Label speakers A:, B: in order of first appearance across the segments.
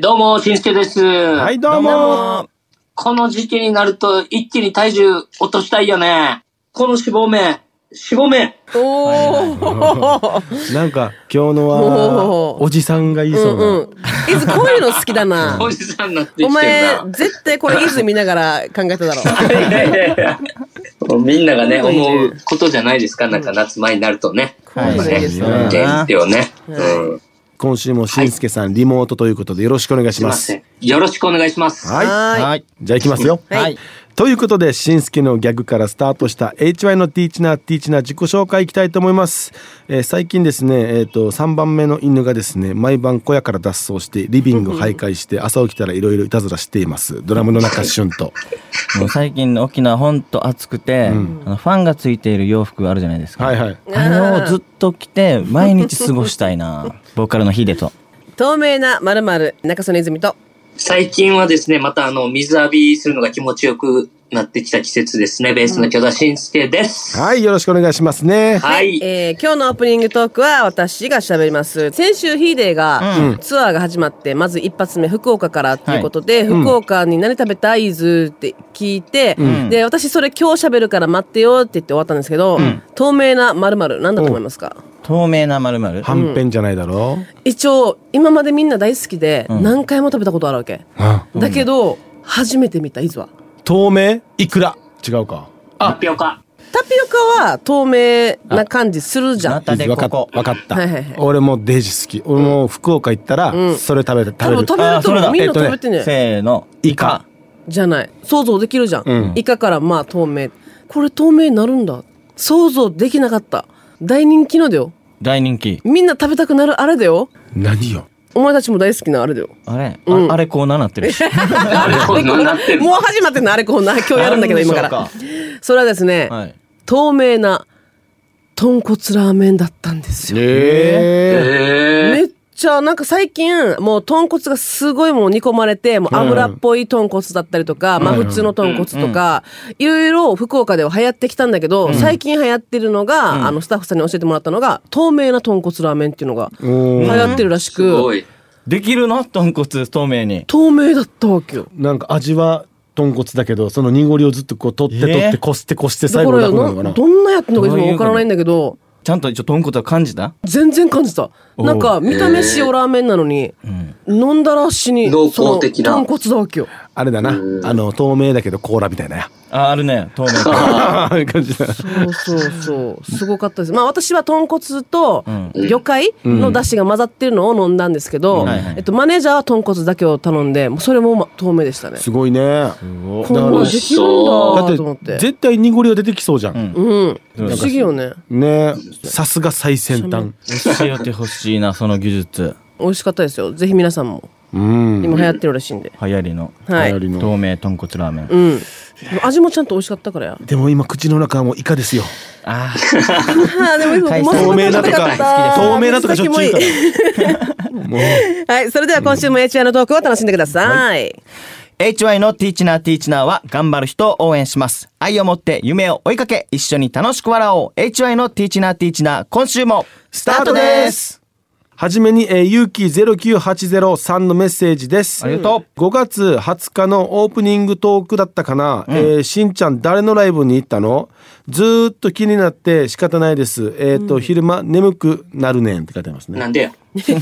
A: どうも、しんすけです。
B: はい、どうも
A: この時期になると、一気に体重落としたいよね。この脂肪面、脂肪面。
C: おお。
B: なんか、今日の
C: お
B: は、
C: ー
B: おじさんがいそうな。
C: うんうん。いずこういうの好きだな。
A: おじさんになってきて
C: お
A: るな。
C: 前、絶対これいず見ながら考えただろ。
A: いやいやいや。 みんながね、
C: うん
A: 思うことじゃないですか。なんか夏前になるとね。
C: こういうのいいですね。
B: は
C: はいい。
A: 元気をね。
C: うん
A: うん。
B: 今週もしんすけさん、リモートということでよろしくお願い
A: す
B: し
A: いま
B: ます。
A: せん。よろしくお願いします。
B: はい。
C: は
D: はい。
B: じゃあ行きますよ。
C: はい
D: はい。
B: ということで、しんすけのギャグからスタートした HY のティーチナーティーチナー自己紹介いきたいと思います。えー最近ですね、えっ、と、3番目の犬がですね、毎晩小屋から脱走して、リビングを徘徊して、朝起きたらいろいろいたずらしています。ドラムの中旬と。
D: もう最近の沖縄ほんと暑くて、
B: うん
D: あのファンがついている洋服あるじゃないですか。
B: はいはい。
D: あれをずっと着て毎日過ごした いな。ボーカルのヒデと。
C: 透明なまるまる中曽根泉と。
A: 最近はですね、またあの、水浴びするのが気持ちよくなってきた季節ですね。ベースの巨田慎介です。
B: はい、よろしくお願いしますね。
A: はい。
C: えー今日のオープニングトークは私が喋ります。先週ヒーデーがツアーが始まって、まず一発目福岡からということで、
B: ん
C: 福岡に何食べたい伊豆って聞いて、
D: ん
C: で、私それ今日喋るから待ってよって言って終わったんですけど、透明なまるまる何だと思いますか
D: 透明なまるまる。
B: はんぺんじゃないだろう。
C: 一応、今までみんな大好きで、
D: ん
C: 何回も食べたことあるわけ。
B: あ
C: だけど、初めて見た伊豆は。
B: 透明いくら違うか。
A: 発表か。
C: タピオカは透明な感じするじゃ。
D: なんたで
B: わか
D: こ
B: っ
D: こ。
B: わかった
C: はいはいはい。
B: 俺もデージ好き。俺も福岡行ったら、
C: ん
B: それ食べて、
C: 多
B: 食べる
C: 分食。べると思
D: あそれだ
C: う。みんな食べてね。
D: せーの。
B: イカ。
C: じゃない想像できるじゃん、
B: うん
C: イカからまあ透明これ透明になるんだ想像できなかった大人気のだよ
D: 大人気。
C: みんな食べたくなるあれだよ
B: 何よ。
C: お前たちも大好きなあれだよ
D: あれ、
C: うん
D: ああれコーナーなってるし。
A: なるほど、なってる。
C: もう始まってん のあれこん な今日やるんだけど今か
D: あ
C: ら
D: るんでしょ
C: それはですね、
D: うかはい。
C: 透明な豚骨ラーメンだったんですよ、
B: ええ。
A: え
C: めっちゃなんか最近もう豚骨がすごいもう煮込まれてもう油っぽい豚骨だったりとか、まあ
B: うん
C: 普通の豚骨とか、いろいろ福岡では流行ってきたんだけど、最近流行ってるのが、あのスタッフさんに教えてもらったのが透明な豚骨ラーメンっていうのが
B: お
C: 流
B: ー
C: 行ってるらし
A: すご
C: く、
A: い。
D: できるの豚骨透明に。
C: 透明だったわけよ。
B: なんか味は豚骨だけど、その濁りをずっとこう取って
D: えー
B: 取って、こすってこして
C: だ
B: 最
C: か
B: 後
C: ら
B: なくなる
C: よ
B: のか
C: な
B: な。
C: どんなやってんのかいつもわからないんだけど
D: ちゃんと一応豚骨は感じた
C: 全然感じた
B: おう
C: なんか見た目塩ラーメンなのに、飲んだらしに
A: 濃厚的な
C: その豚骨だわけよ。
B: あれだな。あの、透明だけどコーラみたいなや。
D: あ、あるね。透明感。
B: あ あいう感じだ。
C: そうそうそう。すごかったです。まあ私は豚骨と
D: ん
C: 魚介の出汁が混ざってるのを飲んだんですけど、
D: うんはいはい
C: えっとマネージャーは豚骨だけを頼んで、もうそれもま透明でしたね。
B: すごいね。だ
C: こんなんできるん
B: っ、
C: だと思ってて。
B: 絶対濁りは出てきそうじゃん。
C: うん。不
D: ん
C: 思議よね。
B: ねさすが最先端。
D: 教えてほしいな、その技術。
C: 美味しかったですよ。ぜひ皆さんも。
B: うん。
C: 今流行ってるらしいんで。
D: 流行りの。
C: はい。
B: 流行
C: う
B: りの
D: 透明豚骨ラーメン。
C: ん。味もちゃんと美味しかったか らや。
B: でも今口の中はもうイカですよ。
D: あ
C: ああ、でも今
D: 海鮮
B: 透明なとか、透明なとかしょっちゅう言う から。もう。
C: はい。それでは今週も HI のトークを楽しんでください。
D: あ。HY のティーチナーティーチナーは頑張る人を応援します。愛を持って夢を追いかけ、一緒に楽しく笑おう。HY のティーチナーティーチナー、今週もスタートです。
B: はじめに、えー、ゆうき0980さんのメッセージです。
D: ありがと
B: 5月20日のオープニングトークだったかな、えーしんちゃん誰のライブに行ったのずーっと気になって仕方ないです。えっ、と、昼間眠くなるねんって書いてあります
A: な
B: ね。
A: んでよ。
C: 気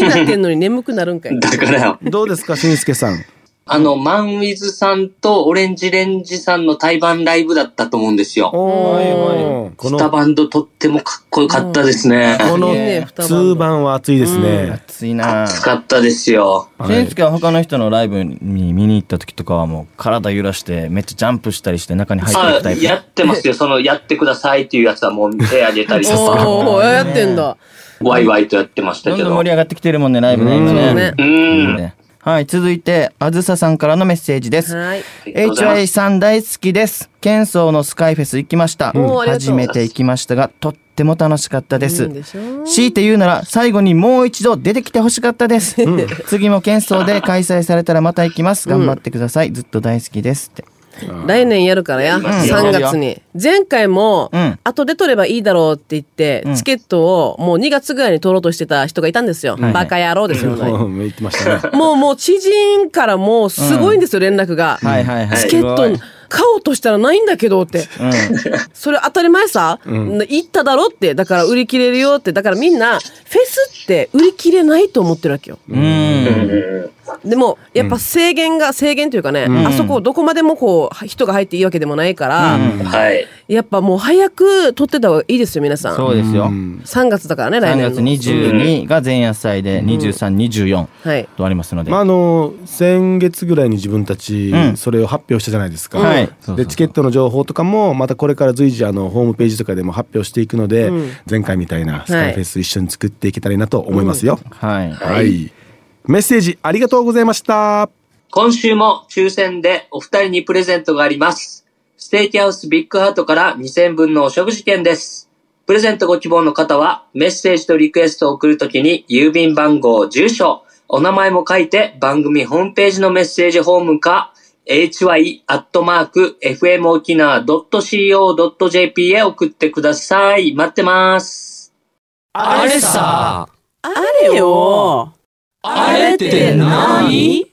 C: になってんのに眠くなるんかい。
A: だからよ。
B: どうですか、しんすけ さん。
A: あの、マンウィズさんとオレンジレンジさんの対バンライブだったと思うんですよ。
B: おー、こ
A: ス
B: の、
A: タバンドとってもかっこよかったですね。
B: この
C: いいね二晩
B: 通番は熱いですね。
D: 暑いな
A: 暑かったですよ。
D: しんすけは他の人のライブに見に行った時とかはもう体揺らしてめっちゃジャンプしたりして中に入ってい
A: あ
D: くタイプ。
A: やってますよ。その、やってくださいっていうやつはもう手あげたりとか、
C: おおー、やってんだ。
A: ワイワイとやってました
D: どん
A: け
D: どん
A: ど。
D: 盛
A: う
D: り上がってきてるもんね、ライブね、今
C: そう
D: ね
C: ね。
A: ん。
D: ねはい、続いて、あずささんからのメッセージです。
C: はい。
A: ありがとうございます
D: HY さん大好きです。県層のスカイフェス行きました。
C: おーありがとう
D: 初めて行きましたが、とっても楽しかったです。
C: うんでしょ
D: 強いて言うなら、最後にもう一度出てきてほしかったです。次も県層で開催されたらまた行きます。頑張ってください。ずっと大好きですって。
C: 来年やるからや、
A: うん
C: 3月に。前回も、
D: うん
C: 後で取ればいいだろうって言って、
D: うん
C: チケットをもう2月ぐらいに取ろうとしてた人がいたんですよ。
D: はい
C: バカ野 郎ですよ、本当に
B: うん言ってました ね。
C: もうもう知人からもうすごいんですよ、連絡が。
D: はいはいはい。
C: チケット
D: うん。
C: 買おうとしたらないんだけどって。それ当たり前さ、行っただろって、だから売り切れるよって、だからみんな、フェスって売り切れないと思ってるわけよ。
D: うん。
A: うん
C: でも、やっぱ制限が、制限というかね、あそこどこまでもこう、人が入っていいわけでもないから、
A: はい。
C: やっぱもう早く取ってた方がいいですよ、皆さん。
D: そうですよ。
C: 3月だからね、来
D: 3
C: 年の。
D: 月22が前夜祭で、23、24
C: はい。
D: とありますので。
B: まああの先月ぐらいに自分たち
D: うん
B: それを発表したじゃないですか。
D: はいそうそう
B: で
D: そう
B: チケットの情報とかもまたこれから随時あのホームページとかでも発表していくので、前回みたいなスカイフェス一緒に作っていけたらいいなと思いますよ。
D: はい。
B: はい、メッセージありがとうございました。
A: 今週も抽選でお二人にプレゼントがあります。ステーキハウスビッグハートから2000分のお食事券です。プレゼントご希望の方は、メッセージとリクエストを送るときに、郵便番号、住所、お名前も書いて、番組ホームページのメッセージホームか、hy.fmokina.co.jp へ送ってください。待ってます。
E: あれさ、
C: あれよ
E: あれって何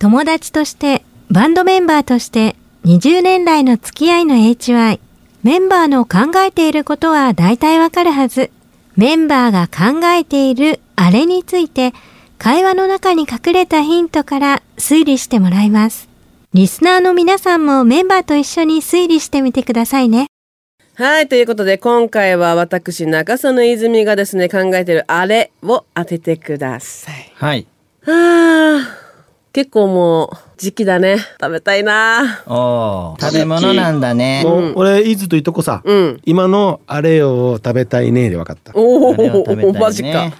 F: 友達として、バンドメンバーとして、20年来の付き合いの HY。メンバーの考えていることは大体わかるはず。メンバーが考えているあれについて、会話の中に隠れたヒントから推理してもらいます。リスナーの皆さんもメンバーと一緒に推理してみてくださいね。
C: はい、ということで、今回は私、中曽根泉がですね、考えてるあれを当ててください。
D: はい。
C: ああ、結構もう、時期だね。食べたいな。
D: おー食べ物なんだね。
B: もう俺伊豆といとこさ、
C: うん。
B: 今のあれを食べたいねで分かった。
C: お
D: あれを食べたい
C: お、
D: ね
C: マジか。。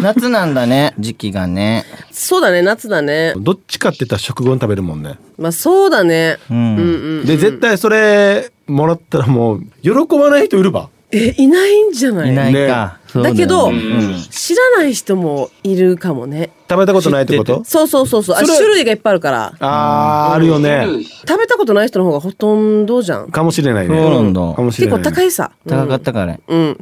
D: 夏なんだね、時期がね。
C: そうだね、夏だね。
B: どっちかって言ったら食後に食べるもんね。
C: まあ、そうだね。う
D: う
C: ん
D: ん。
C: うん。
B: で絶対それもらったらもう喜ばない人いるば。
C: え、いないんじゃない
D: いないか。そうよ
C: だ
D: ね
C: けど
D: うん
C: 知らない人もいるかもね。
B: 食べたことないってこと？
C: そうそうそうそう。あ
B: それ
C: 種類がいっぱいあるから。
B: あーあるよね。
C: 食べたことない人の方がほとんどじゃん。
B: かもしれないね。
D: そうなんだ
B: かもしれな
C: 結
B: い、
C: 構
B: ね。
C: 高いさ。
D: 高かったから。
C: うん。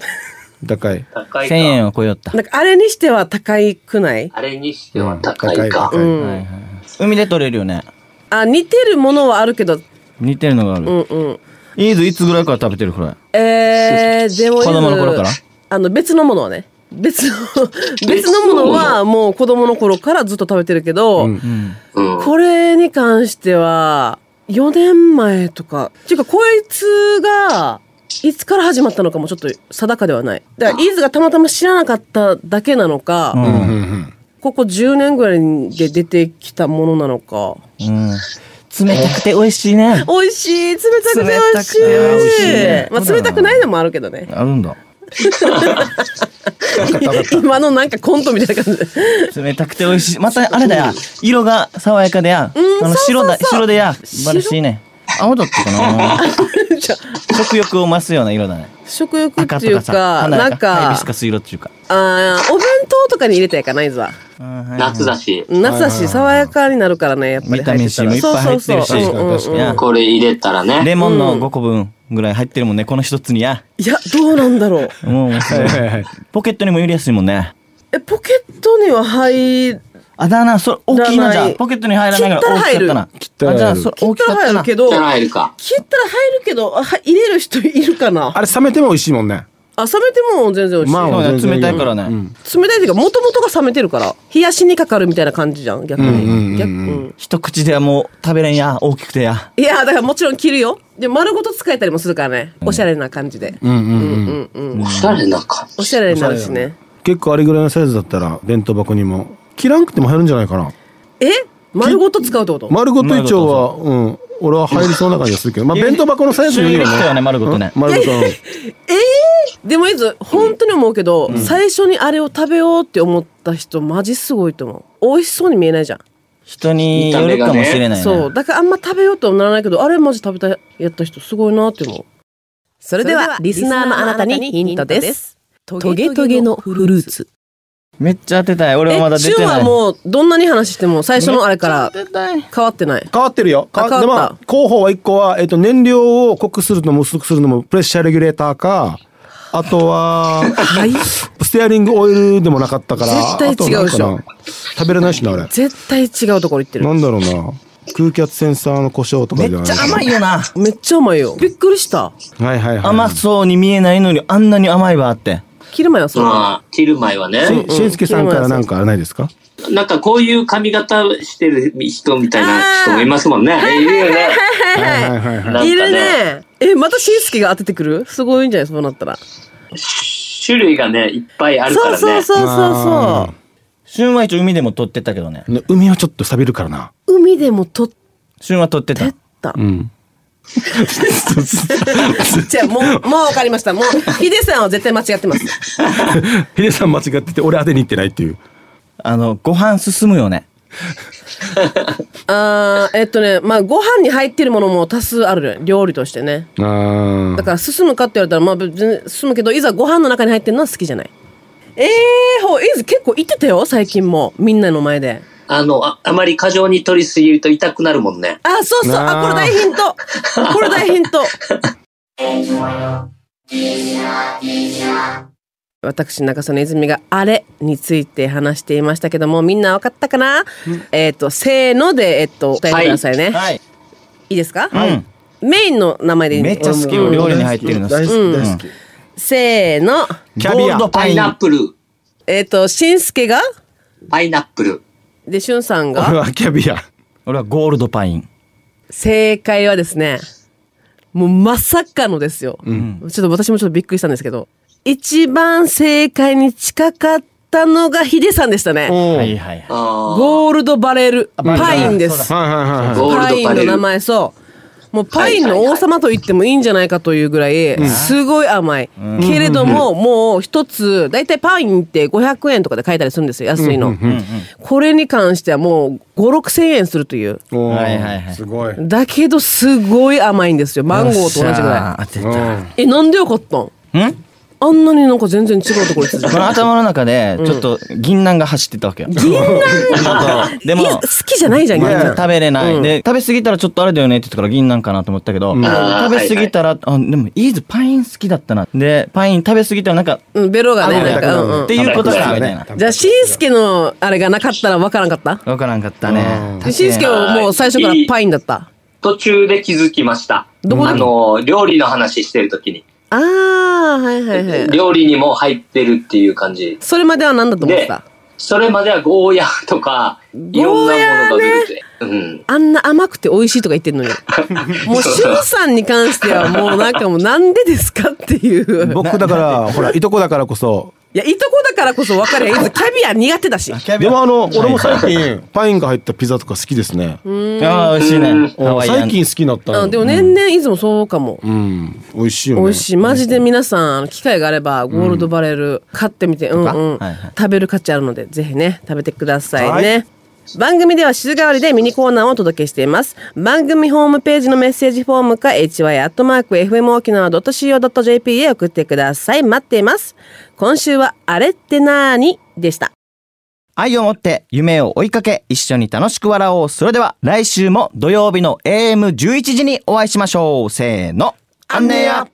B: 高い。
A: 高い
D: 1000
A: か。
D: 円は超えよった。
C: なんかあれにしては高いくない
A: あれにしては高いか。
B: 高い
C: うん
D: はいはいはい海で取れるよね。
C: あ、似てるものはあるけど、
D: 似てるのがあ
C: う
D: る。
C: んうん。
D: いいぞ、いつぐらいから食べてるこれ。
C: えー、でも
D: 子供の頃から
C: あの、別のものはね。別の、別のものはもう子供の頃からずっと食べてるけど、
B: うん
D: うん。
A: うん
C: これに関しては、4年前とか。っていうか、こいつが、いつから始まったのかもちょっと定かではない。だから、イーズがたまたま知らなかっただけなのか、
D: う
B: うん
D: ん。
B: うん
C: ここ10年ぐらいで出てきたものなのか。
D: うん。冷たくて美味しいね。
C: 美味しい冷たくて美味しい
D: 冷たくて美味しいね
C: まあ、冷たくないのもあるけどね。
D: あるんだ。
C: 今のなんかコントみたいな感じで。
D: 冷たくて美味しい。またあれだよ。色が爽やかでや。
C: うん
D: あ
C: そうそ
D: の
C: う
D: 白だ、
C: そう
D: 白でや。素晴らしいね。青だったかな
C: じゃあ
D: 食欲を増すような色だね。
C: 食欲っ
D: 赤
C: て
D: と
C: い
D: か
C: う
D: さ、
C: か、
D: 花
C: なん
D: とハイビ
C: か
D: ス、カス色っていうか。
C: あーお弁当とかに入れていかないぞ。
A: 夏だし。
C: 夏だし、爽やかになるからね、やっぱり
D: ビタミン C もいっぱい入ってるし。
C: そうそうそううんうんうん
D: いや
A: これ入れたらね。
D: レモンの5個分ぐらい入ってるもんね。この一つにや。
C: いや、どうなんだろう。
D: もうもうすごい
B: はいはい
D: ポケットにも入れやすいもんね。
C: え、ポケットには入る、
D: あ、だな、それ大きいなじゃ。
C: いらなんい
D: ポケットに入らないから大きかったな。
B: 切ったら入る
D: あ、じゃあ、それ
C: 切
D: 大
C: っ
D: き
C: た
D: からった
C: 入
D: な
C: る。け
A: 切
C: ど、
A: っ
C: 切
A: たら入るか。
C: ったら入るけど、あは入れる人いるかな
B: あれ冷めても美味しいもんね。
C: あ、冷めても全然美味しい。
B: まあ
D: そうだ
B: 全
D: ね
B: 然
D: 冷たいからね
B: うん
C: 冷たいっていうか、もともとが冷めてるから、冷やしにかかるみたいな感じじゃん、逆に。
B: うんうんうんうん
C: 逆うん
D: 一口ではもう食べれんや。大きくてや。
C: いや、だからもちろん着るよ。で、丸ごと使えたりもするからね。おしゃれな感じで。
B: うんうんうん
C: うんうん。
A: おしゃれな感
C: お
A: じ。
C: しゃれになるしね。
B: 結構あれぐらいのサイズだったら弁当箱にも切らんくても入るんじゃないかな。
C: え丸ごと使うってこと
B: 丸ごと一丁はうん俺は入りそうな感じがするけど、まあ
D: いや
B: 弁当箱のサイズによる
D: 収益
B: よ
D: だよ
B: ね。
D: ね丸ごとね
B: うん丸ごと。
C: でもいず、本当に思うけど、最初にあれを食べようって思った人、マジすごいと思う。美味しそうに見えないじゃん。
D: 人によるかもしれないね。
C: そう。だからあんま食べようとはならないけど、あれマジ食べたやった人すごいなって思う。それでは、リスナーのあなたにヒントです。トゲトゲのフルーツ。
D: めっちゃ当てたい。俺
C: え
D: はまだ出
C: チ
D: て
C: ュン
D: ない。
C: はもうどんなに話しても最初のあれから
D: めっちゃ当てたい。
C: 変わってない
B: 変わってるよ。変わ
C: あ変わっ
B: で
C: た
B: まあ、候補は一個は、えっと、燃料を濃くするのも薄くするのもプレッシャーレギュレーターか、あとは、
C: はい
B: ステアリングオイルでもなかったから、
C: 絶対違うでしょ
B: あとなんかな食べれないしな、あれ。
C: 絶対違うところ行ってる
B: なんだろうな。空気圧センサーの故障とか
D: め
B: じゃ
D: っ
B: な
D: ちゃ甘
B: い。
D: いよな。
C: めっちゃ甘いよびっくりした
B: はいはいはい。
D: 甘そうに見えないのにあんなに甘いわって。
C: 切る前はそうだ
A: まあ、切る前はね。
B: ししんすけさんからなんかないですか
A: なんかこういう髪型してる人みたいな人もいますもんね。いるよ ね。
B: はいはいはいはい。
A: なんかね
C: いるねえまたしんすけが当ててくるすごいんじゃないそうなったら
A: 種類がね、いっぱいあるからね。
C: そうそうそうそう
D: 旬は一応海でも取ってったけどね。
B: そう。海はちょっと錆びるからな。
C: そう海でも取っ
D: 旬は取って
C: て
D: た
C: っ。た
B: うん。
C: じゃあもうもう分かりましたもうヒデさんは絶対間違ってます
B: ヒデさん間違ってて、俺当てに行ってないっていう。
D: あの、ご飯進むよね。
C: あーえっとねまあご飯に入ってるものも多数あるね料理としてね
B: あ
C: だから進むかって言われたらまあ別に進むけどいざご飯の中に入ってるのは好きじゃないええー、ほいず結構言ってたよ最近もみんなの前で
A: あのあ、あまり過剰に取りすぎると痛くなるもんね。
C: あそうそうあ
B: あー
C: これ大ヒントこれ大ヒント私中曽根泉が「あれ」について話していましたけどもみんな分かったかな、えっ、とせーので、えっと答えてくださいね、い、
D: はい。
C: いですか、
D: うん。
C: メインの名前でいい
D: めっちゃ好きよ、料理に入ってるの好
B: 大
D: き。
B: 好き大好き。
C: せーの
B: キャビア
D: ゴールドパ
A: パイ
D: イ
A: ナッ
D: ン。
A: プル、
C: えっ、としんすけが
A: パイナップル。
C: でしゅんさんが
B: 俺はキャビア。
D: 俺はゴールドパイン。
C: 正解はですね、もうまさかのですよ。ちょっと私もちょっとびっくりしたんですけど、一番正解に近かったのがヒデさんでしたね。
B: おー
D: はいはいはい。
A: あ
C: ゴールドバレル、パインです。
B: はいはいはい。
A: ゴールド
C: パ
A: バレル
C: インの名前、そう。もうパインの王様と言ってもいいんじゃないかというぐらい、すごい甘い。けれども、もう一つ、だいたいパインって500円とかで買えたりするんですよ、安いの。これに関してはもう5、6千円するという。
B: おー
D: はいはいはい
B: すごい。うん
C: だけどすごい甘いんですよマンゴーと同じぐら
D: い。当てた。
C: いえなんでよかったん
D: ん
C: あんなになんか全然違うところですじゃん
D: この頭の中で、ちょっと銀杏が走ってたわけよ。
C: 銀杏
D: あとでも
C: いや好きじゃないじゃん銀
D: まあ
C: 杏
D: 食べれない、で食べ過ぎたらちょっとあれだよねって言ったから銀なんかなと思ったけど、食べ過ぎたら、あでもイーズパイン好きだったなでパイン食べ過ぎたらなんか
C: うんベロがね
D: あ
C: なんか
D: ごめん
C: うんうん
D: っていうことだみたいな
B: 食べ
C: じゃあしんすけのあれがなかったらわからんかった
D: わからんかったね
C: でしんすけはもう最初からパインだった
A: 途中で気づきました。
C: どこで
A: あの、料理の話してるときに、
C: あーはいはいはい
A: 料理にも入ってるっていう感じ。
C: それまでは何だと思ってた
A: それまではゴーヤーとか、いろんなものが出てて。うん。
C: あんな甘くて美味しいとか言ってんのにもうしゅんさんに関してはもうなんかもうなんでですかっていう
B: 僕だから、ほら、いとこだからこそ。
C: いや、いとこだからこそ分かりゃいいです。キャビア苦手だし。
D: キャビ
B: で
D: ア
B: もあの、俺も最
D: はい
B: 近、パインが入ったピザとか好きですね。
D: あー美味しいねハ
B: うん
D: ワイアン
B: 最近好きになった
C: あ
B: の。
C: でも年々いつもそうかも。
B: うん。美味しいよね。
C: 美味しい。マジで皆さん、あの機会があれば、ゴールドバレル買ってみて、うんうん
D: はいはい。
C: 食べる価値あるので、ぜひね、食べてください
B: は
C: ね。番組では週替わりでミニコーナーをお届けしています。番組ホームページのメッセージフォームか、hy.fmokinawa.co.jp へ送ってください。待っています。今週は、あれってなーにでした。
D: 愛を持って夢を追いかけ一緒に楽しく笑おうそれでは来週も土曜日の AM11 時にお会いしましょうせーのアンネや